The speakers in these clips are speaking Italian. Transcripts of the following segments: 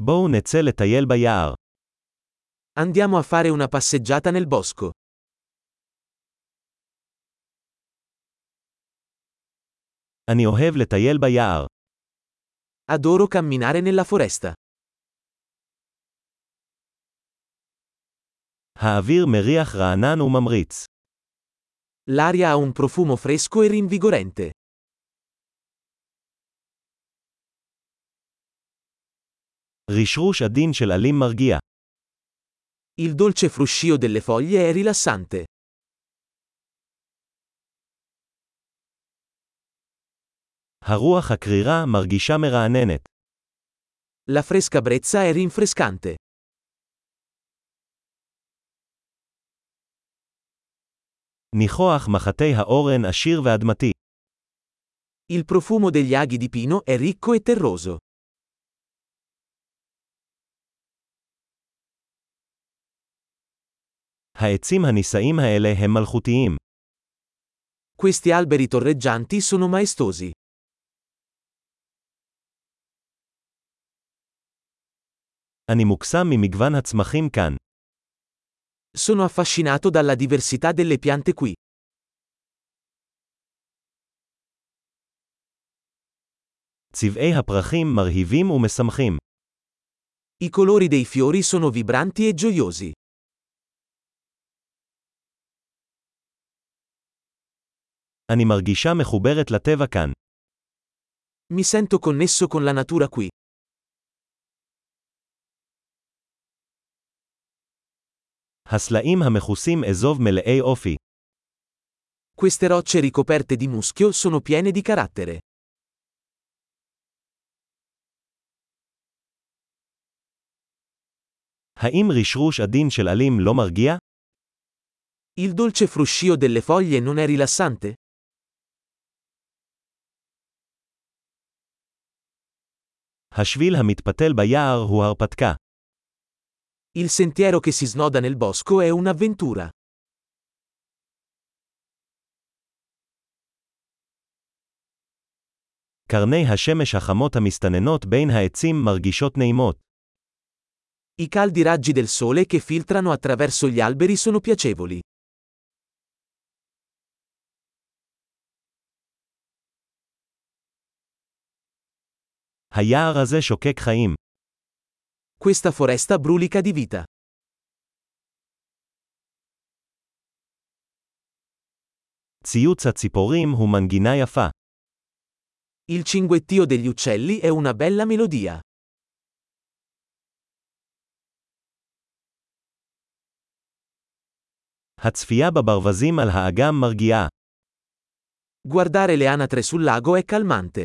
בואו נצא לטייל ביער. Andiamo a fare una passeggiata nel bosco. אני אוהב לטייל ביער. Adoro camminare nella foresta. האוויר מריח רענן וממריץ. L'aria ha un profumo fresco e rinvigorente. רשרוש עדין של עלים מרגיע. Il dolce fruscio delle foglie è rilassante. הרוח הקרירה מרגישה מרעננת. La fresca brezza è rinfrescante. ניחוח מחטי האורן עשיר ואדמתי. Il profumo degli aghi di pino è ricco e terroso. העצים הנישאים האלה הם מלכותיים. Questi alberi torreggianti sono maestosi. אני מוקסם ממגוון הצמחים כאן. Sono affascinato dalla diversità delle piante qui. צבעי הפרחים מרהיבים ומשמחים. I colori dei fiori sono vibranti e gioiosi. אני מרגישה מחוברת לטבע כאן. Mi sento connesso con la natura qui. הסלעים המכוסים אזוב מלאי אופי. Queste rocce ricoperte di muschio sono piene di carattere. האם רשרוש עדין של עלים לא מרגיע? Il dolce fruscio delle foglie non è rilassante? השביל המתפתל ביער הוא הרפתקה. Il sentiero che si snoda nel bosco è un'avventura. קרני השמש החמות המסתננות בין העצים מרגישות נעימות. I caldi raggi del sole che filtrano attraverso gli alberi sono piacevoli. היער הזה שוקק חיים. Questa foresta brulica di vita. ציוץ הציפורים הוא מנגינה יפה. Il cinguettio degli uccelli è una bella melodia. הצפייה בברווזים על האגם מרגיעה. Guardare le anatre sul lago è calmante.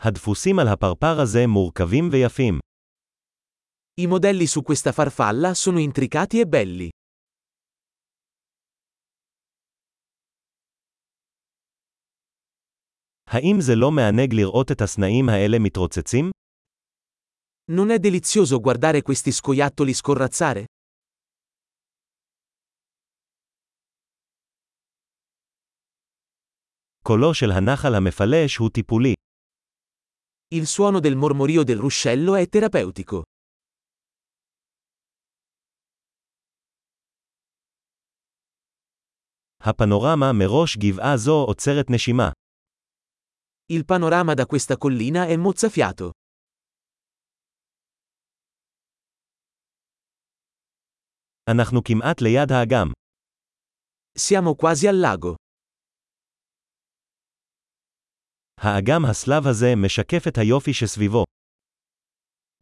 הדפוסים על הפרפר הזה מורכבים ויפים. I modelli su questa farfalla sono intricati e belli. האם זה לא מענג לראות את הסנאים האלה מתרוצצים? Non è delizioso guardare questi scoiattoli scorrazzare? קולו של הנחל המפלש הוא טיפולי. Il suono del mormorio del ruscello è terapeutico. הפנורמה מראש גבעה זו עוצרת נשימה. Il panorama da questa collina è mozzafiato. אנחנו כמעט ליד האגם. Siamo quasi al lago. האגם הסלב הזה משקף את היופי שסביבו.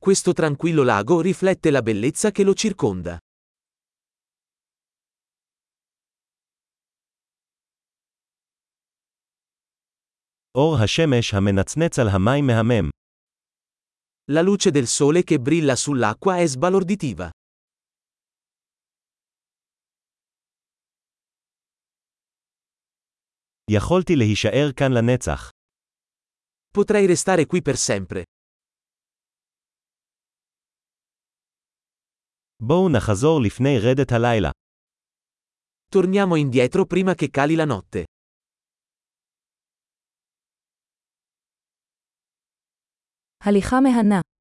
Questo tranquillo lago riflette la bellezza che lo circonda. אור השמש המנצנץ על המים מהמם. La luce del sole che brilla sull'acqua è sbalorditiva. יכולתי להישאר כאן לנצח. Potrei restare qui per sempre. בואו נחזור לפני רדת הלילה. Torniamo indietro prima che cali la notte. הליכה מהנה.